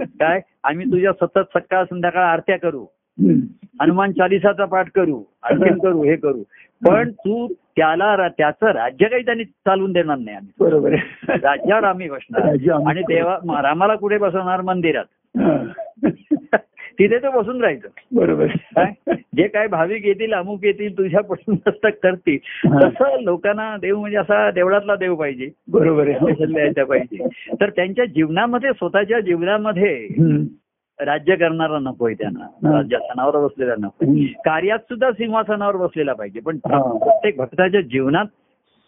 Speaker 1: काय आम्ही तुझ्या सतत सकाळ संध्याकाळ आरत्या करू
Speaker 2: हम्म.
Speaker 1: हनुमान चालिसाचा पाठ करू आणखीन करू हे करू पण तू त्याला रा- त्याचं राज्य काही त्यांनी चालवून देणार नाही आम्ही
Speaker 2: बरोबर आहे
Speaker 1: राज्यावर आम्ही बसणार
Speaker 2: राज्य आम्ही-
Speaker 1: आणि देवा म- रामाला कुठे बसवणार मंदिरात
Speaker 2: हा.
Speaker 1: तिथे तो बसून राहायचं
Speaker 2: बरोबर
Speaker 1: काय
Speaker 2: आहे.
Speaker 1: जे काय भाविक येतील अमुक येतील तुझ्या पुस्तक करतील
Speaker 2: हा.
Speaker 1: तसं लोकांना देव म्हणजे असा देवळातला देव पाहिजे
Speaker 2: बरोबर आहे हो.
Speaker 1: यायचा पाहिजे तर त्यांच्या जीवनामध्ये स्वतःच्या जीवनामध्ये
Speaker 2: हम्म.
Speaker 1: राज्य करणारा नकोय त्यांना
Speaker 2: हा.
Speaker 1: राज्यासनावर बसलेला नकोय
Speaker 2: हम्म.
Speaker 1: कार्यात सुद्धा सिंहासनावर बसलेला पाहिजे पण
Speaker 2: हा.
Speaker 1: प्रत्येक भक्ताच्या जीवनात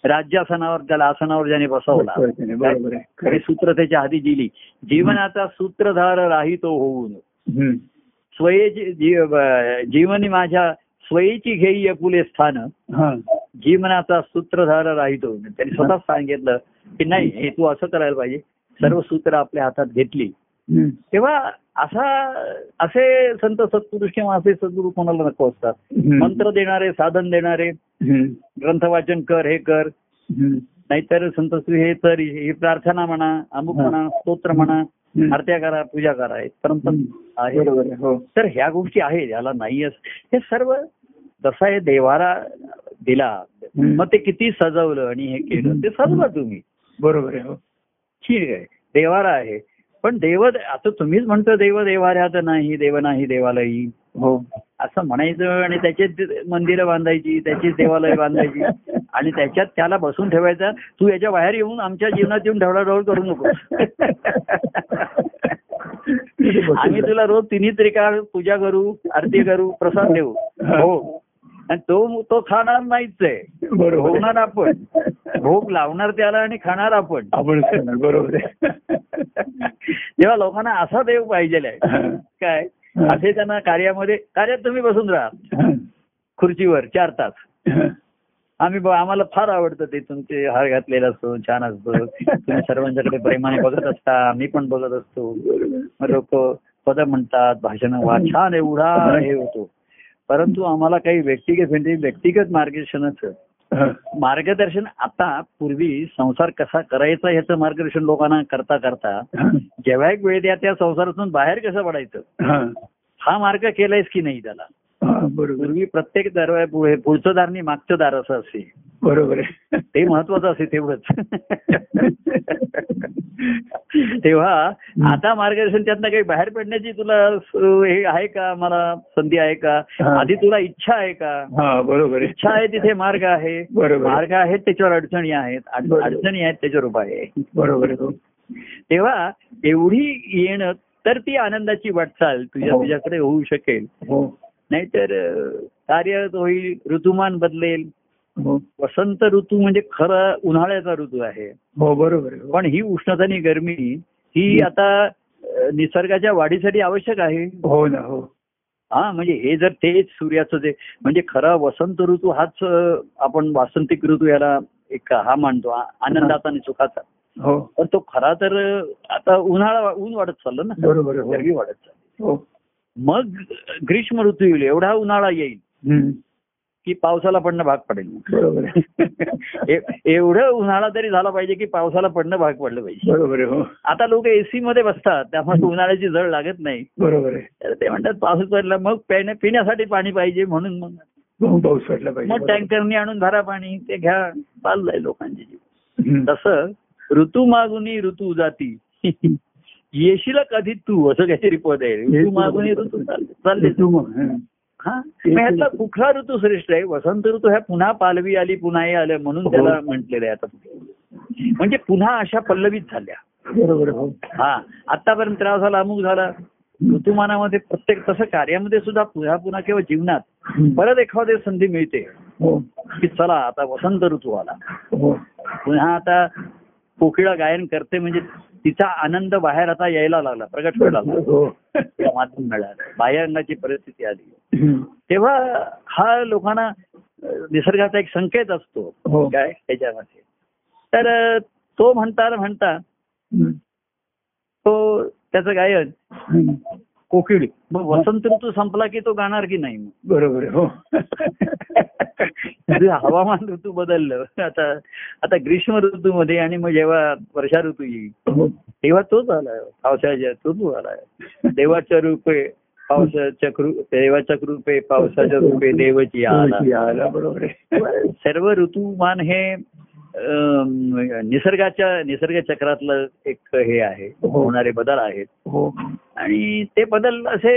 Speaker 1: राज्यासनावर त्याला आसनावर ज्याने बसवला
Speaker 2: बरोबर आहे खरं
Speaker 1: हे
Speaker 2: आहे.
Speaker 1: सूत्र त्याच्या आधी दिली जीवनाचा सूत्रधार राहितो होऊन
Speaker 2: हम्म.
Speaker 1: स्वयेची जी- ब- जीवनी माझ्या स्वयेची घेई फुले स्थान
Speaker 2: हा.
Speaker 1: जीवनाचा सूत्रधार राहितो त्यांनी स्वतःच सांगितलं की नाही हे तू असं करायला पाहिजे सर्व सूत्र आपल्या हातात घेतली
Speaker 2: हम्म.
Speaker 1: तेव्हा असा असे संत सत्पुरुष किंवा असे सद्गुरू कोणाला नको असतात
Speaker 2: हम्म.
Speaker 1: मंत्र देणारे साधन देणारे
Speaker 2: हम्म.
Speaker 1: ग्रंथ वाचन कर हे कर
Speaker 2: हम्म.
Speaker 1: नाहीतर संत श्री हे तर ही प्रार्थना म्हणा अमुक
Speaker 2: हा.
Speaker 1: म्हणा स्तोत्र म्हणा
Speaker 2: हम्म.
Speaker 1: आरत्या करा पूजा करा हे परंतु
Speaker 2: हम्म.
Speaker 1: आहे
Speaker 2: बरोबर आहे हो
Speaker 1: तर ह्या गोष्टी आहेत ह्याला नाही असं. हे सर्व जसा हे देवारा दिला
Speaker 2: हम्म.
Speaker 1: मग ते किती सजवलं आणि हे केलं ते सजवा तुम्ही
Speaker 2: बरोबर आहे हो
Speaker 1: ठीक आहे देवारा आहे पण देव आता तुम्हीच म्हणतो देव देवाऱ्यात नाही देव नाही देवालयी
Speaker 2: हो
Speaker 1: असं म्हणायचं आणि त्याचे मंदिरं बांधायची त्याचीच देवालय बांधायची आणि त्याच्यात त्याला बसून ठेवायचा तू याच्या बाहेर येऊन आमच्या जीवनात येऊन ढवळाढवळ करू नको आम्ही तुला रोज तिन्ही त्रिकाळ पूजा करू आरती करू प्रसाद देऊ हो आणि तो तो खाणार नाहीच आहे
Speaker 2: बरोबर आहे.
Speaker 1: भोगणार आपण भोग लावणार त्याला आणि खाणार आपण
Speaker 2: आपण करणार, बरोबर आहे
Speaker 1: तेव्हा लोकांना असा देव पाहिजे आहे
Speaker 2: हा.
Speaker 1: काय
Speaker 2: हा.
Speaker 1: असे त्यांना कार्यामध्ये कार्यात तुम्ही बसून राहा
Speaker 2: हा.
Speaker 1: खुर्चीवर चार तास
Speaker 2: हा.
Speaker 1: आम्ही ब- आम्हाला फार आवडतं ते तुमचे हार घातलेला असतो छान असतो तुम्ही सर्वांच्याकडे प्रेमाने बघत असता मी पण बघत असतो
Speaker 2: बरोबर.
Speaker 1: मग लोक पद म्हणतात भाषण वा छान एवढा हे होतो परंतु आम्हाला काही व्यक्तिगत म्हणजे व्यक्तिगत मार्गदर्शनाचं
Speaker 2: हा.
Speaker 1: मार्गदर्शन आता पूर्वी संसार कसा करायचा ह्याचं मार्गदर्शन लोकांना करता करता
Speaker 2: हा.
Speaker 1: जेव्हा एक वेळ द्या त्या संसारातून बाहेर कसं पडायचं
Speaker 2: हा.
Speaker 1: हा मार्ग केलायस की नाही त्याला
Speaker 2: हा, बरोबर
Speaker 1: पूर्वी प्रत्येक दरवा पुढे पुढचं दार आणि मागचं दार असं असे
Speaker 2: बरोबर आहे
Speaker 1: ते महत्वाचं असे तेवढंच <laughs> तेव्हा आता मार्गदर्शन त्यातनं काही बाहेर पडण्याची तुला स- हे आहे का मला संधी आहे का
Speaker 2: हा.
Speaker 1: आधी तुला इच्छा आहे का
Speaker 2: हा बरोबर आहे
Speaker 1: इच्छा आहे तिथे मार्ग आहे
Speaker 2: बरोबर.
Speaker 1: मार्ग आहेत त्याच्यावर अडचणी आहेत अड-
Speaker 2: बरोबर.
Speaker 1: अडचणी आहेत त्याच्यावर उपाय आहे
Speaker 2: बरोबर आहे हो.
Speaker 1: तेव्हा एवढी येणं तर ती आनंदाची वाटचाल तुझ्या
Speaker 2: हो.
Speaker 1: तुझ्याकडे होऊ शकेल
Speaker 2: हो
Speaker 1: नाहीतर अ, कार्य होईल ऋतुमान बदलेल
Speaker 2: हो
Speaker 1: वसंत ऋतू म्हणजे खरा उन्हाळ्याचा ऋतू आहे
Speaker 2: हो बरोबर आहे हो.
Speaker 1: पण ही उष्णता आणि गरमी ही आता अ, निसर्गाच्या वाढीसाठी आवश्यक आहे
Speaker 2: हो ना हो
Speaker 1: हा म्हणजे हे जर तेच सूर्याचं जे म्हणजे खरा वसंत ऋतू हाच अ, आपण वासंतिक ऋतू याला एक हा मानतो आ- आनंदाचा आणि सुखाचा
Speaker 2: हो
Speaker 1: पण तो खरा तर अ, आता उन्हाळा वा- ऊन वाढत चाललं ना
Speaker 2: बरोबर आहे
Speaker 1: गर्मी वाढत चालली
Speaker 2: हो हो
Speaker 1: मग ग्रीष्म ऋतू येईल एवढा उन्हाळा येईल
Speaker 2: हम्म.
Speaker 1: की पावसाला पडणं भाग पडेल
Speaker 2: बरोबर आहे.
Speaker 1: <laughs> ए- एवढं उन्हाळा तरी झाला पाहिजे की पावसाला पडणं भाग पडलं पाहिजे
Speaker 2: बरोबर आहे हो
Speaker 1: आता लोक एसी मध्ये बसतात त्यामुळे उन्हाळ्याची झळ लागत नाही
Speaker 2: बरोबर आहे
Speaker 1: तर ते म्हणतात पाऊस पडला मग पिण्या- पिण्यासाठी पाणी पाहिजे म्हणून मग
Speaker 2: भाऊ पाऊस पडला पाहिजे
Speaker 1: मग टँकरनी आणून भरा पाणी ते घ्या चाललंय लोकांचे जीवन.
Speaker 2: हम्म.
Speaker 1: तसं ऋतू मागुनी ऋतू जाती येशील कधी तू असं काहीतरी पद आहे ऋतू मागुनी ऋतू चालले चालले
Speaker 2: तू मग, हं.
Speaker 1: हा मग ह्यातला कुठला ऋतू श्रेष्ठ आहे वसंत ऋतू ह्या पुन्हा पालवी आली पुन्हा हे आलं म्हणून त्याला म्हटलेलं आहे आता म्हणजे पुन्हा अशा पल्लवीत झाल्या
Speaker 2: बरोबर आहे, हो
Speaker 1: हा आतापर्यंत त्रास झाला अमुक झाला ऋतुमानामध्ये प्रत्येक तसं कार्यामध्ये सुद्धा पुन्हा पुन्हा किंवा जीवनात
Speaker 2: हं.
Speaker 1: परत एखादी संधी मिळते
Speaker 2: हो
Speaker 1: की चला आता वसंत ऋतू आला
Speaker 2: हो
Speaker 1: पुन्हा आता कोकिळा गायन करते म्हणजे तिचा आनंद बाहेर आता यायला लागला प्रगट व्हायला लागला
Speaker 2: हो
Speaker 1: त्या माध्यम मिळालं बाह्य अंगाची परिस्थिती आली
Speaker 2: हं.
Speaker 1: तेव्हा हा लोकांना अं, निसर्गाचा एक संकेत असतो
Speaker 2: हो
Speaker 1: काय त्याच्यामध्ये तर अं, तो म्हणता म्हणता
Speaker 2: हं.
Speaker 1: तो त्याचं गायन
Speaker 2: हं.
Speaker 1: कोकिळ मग वसंत ऋतू संपला की तो गाणार की नाही मग
Speaker 2: बरोबर आहे, हो
Speaker 1: म्हणजे हवामान ऋतू बदललं आता आता ग्रीष्म ऋतूमध्ये आणि मग जेव्हा वर्षा ऋतू येईल
Speaker 2: हो
Speaker 1: तेव्हा तोच आलाय पावसाच्या ऋतू आलाय देवाच्या रूपे पावसाच्या कृ- देवाच्या कृपे पावसाच्या रूपे देवची आला
Speaker 2: देवाची आला, बरोबर आहे
Speaker 1: सर्व ऋतुमान हे अम, निसर्गाच्या निसर्ग चक्रातलं एक हे आहे
Speaker 2: हो.
Speaker 1: होणारे बदल आहेत
Speaker 2: हो
Speaker 1: आणि ते बदल असे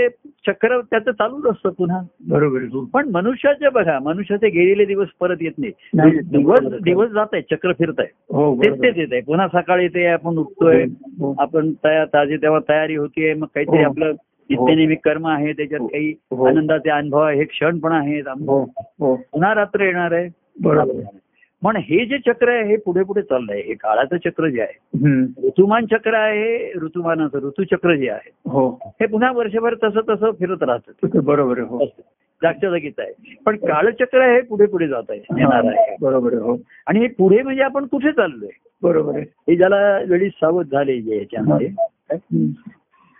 Speaker 1: चक्र त्याचं चालूच असतं पुन्हा
Speaker 2: बरोबर आहे, हो
Speaker 1: पण मनुष्याचे बघा मनुष्याचे गेलेले दिवस परत येत
Speaker 2: नाही
Speaker 1: नाही
Speaker 2: येत.
Speaker 1: दिवस दिवस जात आहे चक्र फिरत आहे
Speaker 2: हो
Speaker 1: तेच
Speaker 2: बरोबर
Speaker 1: तेच येत आहे पुन्हा सकाळी ते आपण उठतोय
Speaker 2: हो.
Speaker 1: आपण तया- ताजी तेव्हा तयारी होतीये मग काहीतरी
Speaker 2: हो.
Speaker 1: आपलं नित्यनेमी कर्म आहे त्याच्यात
Speaker 2: हो.
Speaker 1: काही
Speaker 2: हो.
Speaker 1: आनंदाचे अनुभव आहे हे क्षण पण आहेत
Speaker 2: हो हो
Speaker 1: पुन्हा रात्र येणार आहे
Speaker 2: बरोबर आहे.
Speaker 1: पण हे जे चक्र आहे हे पुढे पुढे चाललंय हे काळाचं चक्र जे आहे
Speaker 2: हम्म.
Speaker 1: ऋतुमान चक्र आहे ऋतुमानाचं ऋतुचक्र जे आहे
Speaker 2: हो
Speaker 1: हे पुन्हा वर्षभर तसं तसं फिरत राहतं
Speaker 2: ते बरोबर आहे हो
Speaker 1: जागच्या जागीच आहे पण काळचक्र हे पुढे पुढे जात आहे येणार आहे
Speaker 2: बरोबर आहे हो
Speaker 1: आणि हे पुढे म्हणजे आपण कुठे चाललोय
Speaker 2: बरोबर आहे
Speaker 1: हे ज्याला वेळी सावध झाले जे याच्यामध्ये
Speaker 2: हम्म.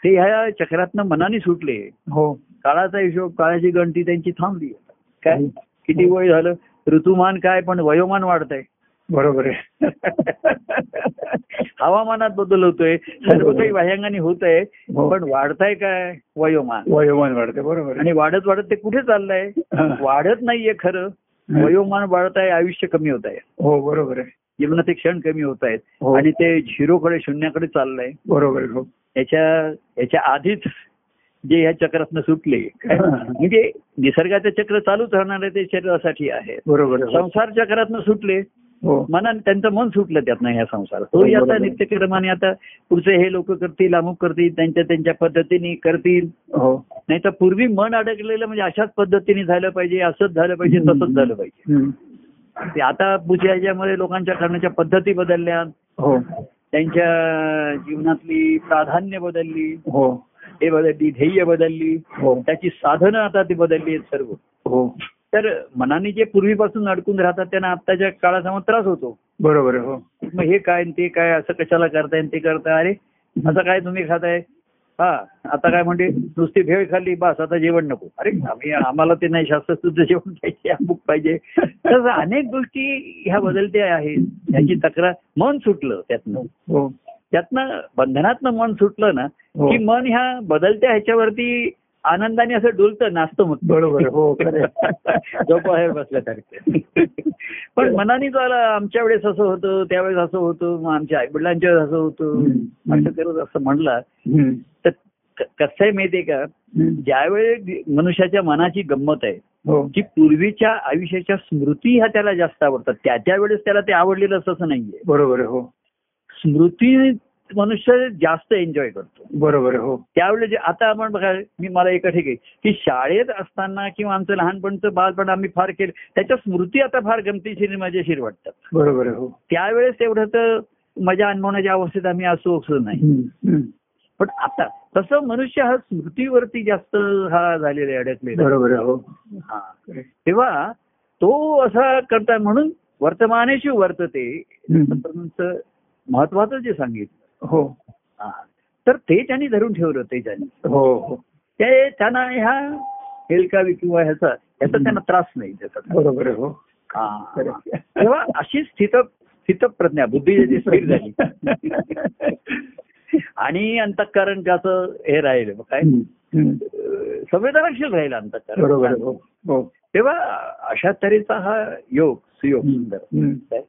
Speaker 1: ते ह्या चक्रातनं मनाने सुटले
Speaker 2: हो
Speaker 1: काळाचा हिशोब काळाची गणती त्यांची थांबली काय
Speaker 2: हं.
Speaker 1: किती
Speaker 2: हो.
Speaker 1: वय झालं ऋतुमान काय पण वयोमान वाढत
Speaker 2: <laughs>
Speaker 1: आहे
Speaker 2: बरोबर आहे
Speaker 1: हवामानात बदल होतोय सर्व काही बाह्यांगाने होत आहे
Speaker 2: हो.
Speaker 1: पण वाढताय काय वयोमान
Speaker 2: वयोमान वाढते बरोबर आहे
Speaker 1: आणि वाढत वाढत ते कुठे चाललंय
Speaker 2: हा.
Speaker 1: वाढत नाहीये खरं
Speaker 2: हं.
Speaker 1: वयोमान वाढत आहे आयुष्य कमी होत आहे
Speaker 2: हो बरोबर आहे
Speaker 1: जीवनाचे क्षण कमी होत आहेत
Speaker 2: हो.
Speaker 1: आणि ते झिरोकडे शून्याकडे चाललंय
Speaker 2: बरोबर आहे हो
Speaker 1: याच्या याच्या आधीच जे ह्या चक्रातनं सुटले म्हणजे निसर्गाचे चक्र चालूच राहणार आहे ते शरीरासाठी आहे
Speaker 2: बरोबर आहे हो.
Speaker 1: संसार चक्रातनं सुटले
Speaker 2: हो
Speaker 1: मनाने त्यांचं मन सुटलं त्यातनं ह्या संसार तो
Speaker 2: हो,
Speaker 1: आता
Speaker 2: बरोबर.
Speaker 1: नित्यक्रमाने आता पुढचे हे लोक करतील अमुक करतील त्यांच्या त्यांच्या पद्धतीने करतील
Speaker 2: हो
Speaker 1: नाही तर पूर्वी मन अडकलेलं म्हणजे अशाच पद्धतीने झालं पाहिजे असंच झालं पाहिजे म्हणजे तसंच झालं पाहिजे
Speaker 2: हम्म.
Speaker 1: ते आता पुढच्या याच्यामध्ये लोकांच्या करण्याच्या पद्धती बदलल्या
Speaker 2: हो
Speaker 1: त्यांच्या जीवनातली प्राधान्य बदलली
Speaker 2: हो
Speaker 1: हे बदलली ध्येय बदलली
Speaker 2: हो
Speaker 1: त्याची साधनं आता ती बदलली आहेत सर्व
Speaker 2: हो
Speaker 1: तर मनाने जे पूर्वीपासून अडकून राहतात त्यांना आत्ताच्या काळासमोर त्रास होतो
Speaker 2: बरोबर आहे हो
Speaker 1: मग हे काय आणि ते काय असं कशाला करताय आणि ते करताय अरे असं काय तुम्ही खाताय हा आता काय म्हणते नुसती भेळ खाल्ली बस आता जेवण नको अरे आम्ही आम्हाला ते नाही शास्त्रशुद्ध जेवण पाहिजे अमुक पाहिजे तर अनेक गोष्टी ह्या बदलत्या आहेत याची तक्रार मन सुटलं त्यातनं
Speaker 2: हो
Speaker 1: त्यातनं बंधनातनं मन सुटलं ना
Speaker 2: हो.
Speaker 1: की मन ह्या बदलत्या ह्याच्यावरती आनंदाने असं डुलतं नाचतं मग
Speaker 2: बरोबर आहे. हो
Speaker 1: <laughs>
Speaker 2: खरं आहे.
Speaker 1: जो बाहेर
Speaker 2: <laughs>
Speaker 1: बसल्यासारखे पण मनाने झालं आमच्या वेळेस असं होतं त्यावेळेस असं होतं मग आमच्या आई वडिलांच्या वेळेस असं होतं
Speaker 2: हम्म.
Speaker 1: असं करत असं म्हणला
Speaker 2: हम्म.
Speaker 1: तर क- कसं आहे माहितीये का
Speaker 2: हम्म.
Speaker 1: ज्यावेळी मनुष्याच्या मनाची गंमत आहे
Speaker 2: हो
Speaker 1: की पूर्वीच्या आयुष्याच्या स्मृती ह्या त्याला जास्त आवडतात त्या त्या वेळेस त्याला ते आवडलेलं असं असं नाहीये
Speaker 2: बरोबर आहे हो
Speaker 1: स्मृती मनुष्य जास्त एन्जॉय करतो
Speaker 2: बरोबर आहे हो
Speaker 1: त्यावेळी जे आता आपण बघा मी मला एक ठीक आहे की शाळेत असताना किंवा आमचं लहानपणचं बालपण आम्ही फार केलं त्याच्या स्मृती आता फार गमतीशीर मजेशीर वाटतात
Speaker 2: बरोबर आहे हो
Speaker 1: त्यावेळेस तेवढं तर मजा अनुभवण्याच्या अवस्थेत आम्ही असो असं नाही
Speaker 2: हम्म. हम्म.
Speaker 1: पण आता तसं मनुष्य हा स्मृतीवरती जास्त हा झालेला आहे, अडकलेला आहे.
Speaker 2: बरोबर आहे हो
Speaker 1: हा तेव्हा तो असा करता म्हणून वर्तमानेशी वर्तते
Speaker 2: हम्म.
Speaker 1: पंतप्रधानांचं महत्वाचं जे सांगितलं
Speaker 2: हो
Speaker 1: हा. तर ते त्यांनी धरून ठेवलं ते त्यांनी
Speaker 2: हो हो
Speaker 1: ते त्यांना ह्या हेलकावी किंवा ह्याचा त्याचा त्यांना त्रास नाही त्याचा
Speaker 2: बरोबर आहे हो
Speaker 1: हा.
Speaker 2: Correct.
Speaker 1: तेव्हा अशी स्थित स्थित प्रज्ञा बुद्धी ज्याची स्थिर झाली आणि अंतःकरण त्याचं हे राहिलं काय
Speaker 2: हम्म, हम्म.
Speaker 1: अं, संवेदनाशील राहिलं
Speaker 2: बरोबर आहे
Speaker 1: अंतःकरण
Speaker 2: हो हो
Speaker 1: तेव्हा अशा तऱ्हेचा हा योग सुयोग सुंदर
Speaker 2: हम्म.
Speaker 1: काय?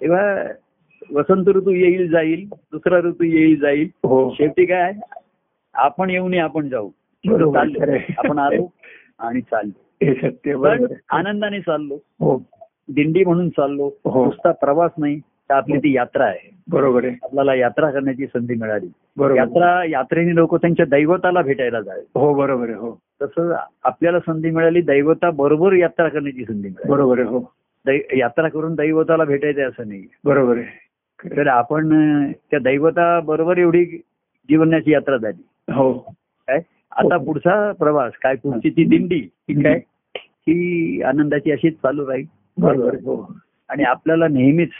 Speaker 1: तेव्हा वसंत ऋतू येईल जाईल दुसरा ऋतू येईल जाईल
Speaker 2: हो
Speaker 1: शेवटी काय आपण येऊ नये आपण जाऊ
Speaker 2: बरोबर,
Speaker 1: चाललो.
Speaker 2: खरंय.
Speaker 1: आपण आलो आणि चाललो
Speaker 2: हे सत्य
Speaker 1: पण
Speaker 2: बरोबर आहे.
Speaker 1: आनंदाने चाललो
Speaker 2: हो
Speaker 1: दिंडी म्हणून चाललो
Speaker 2: हो.
Speaker 1: नुसता प्रवास नाही तर आपली ती यात्रा आहे
Speaker 2: बरोबर आहे
Speaker 1: आपल्याला यात्रा करण्याची संधी मिळाली
Speaker 2: बरोबर आहे.
Speaker 1: यात्रा यात्रेने लोक त्यांच्या दैवताला भेटायला जावे
Speaker 2: हो बरोबर आहे हो
Speaker 1: तसं आपल्याला संधी मिळाली दैवता बरोबर यात्रा करण्याची संधी मिळाली
Speaker 2: बरोबर आहे हो
Speaker 1: दै- यात्रा करून दैवताला भेटायचं असं नाही
Speaker 2: बरोबर आहे
Speaker 1: तर आपण अं, त्या दैवता बरोबर एवढी जीवनाची यात्रा झाली
Speaker 2: हो
Speaker 1: काय आता पुढचा प्रवास काय पुढची ती दिंडी ती काय ही आनंदाची अशीच चालू राहील
Speaker 2: बरोबर आहे, हो
Speaker 1: आणि आपल्याला नेहमीच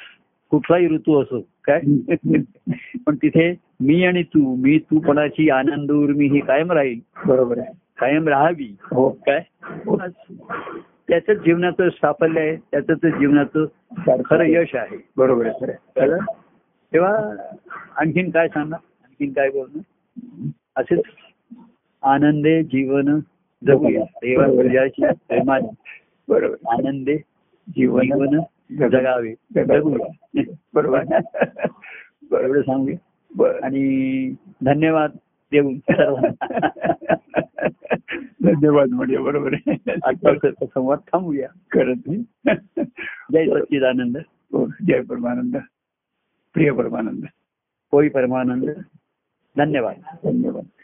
Speaker 1: कुठलाही ऋतू असो काय <laughs> पण तिथे मी आणि तू मी तूपणाची आनंद उर्मी ही कायम राहील
Speaker 2: बरोबर आहे
Speaker 1: कायम राहावी
Speaker 2: हो
Speaker 1: काय त्याच जीवनाचं साफल्य आहे त्याच जीवनाचं खरं यश आहे
Speaker 2: बरोबर आहे खरं आहे.
Speaker 1: कळलं? तेव्हा आणखीन काय सांगणार आणखीन काय बोलणार असेच आनंदे जीवन जगूया देवा तुझ्याशी प्रेमाने
Speaker 2: बरोबर आहे.
Speaker 1: आनंदे
Speaker 2: जीवन
Speaker 1: जीवन जगावे जगूया
Speaker 2: बरोबर आहे.
Speaker 1: एवढं सांगूया
Speaker 2: बरं.
Speaker 1: आणि धन्यवाद देऊन सर्वांना
Speaker 2: धन्यवाद म्हणजे बरोबर आहे
Speaker 1: आजचा संवाद थांबूया
Speaker 2: करत नाही
Speaker 1: जय सच्चिदानंद
Speaker 2: हो, जय परमानंद प्रिय परमानंद
Speaker 1: होई परमानंद धन्यवाद
Speaker 2: धन्यवाद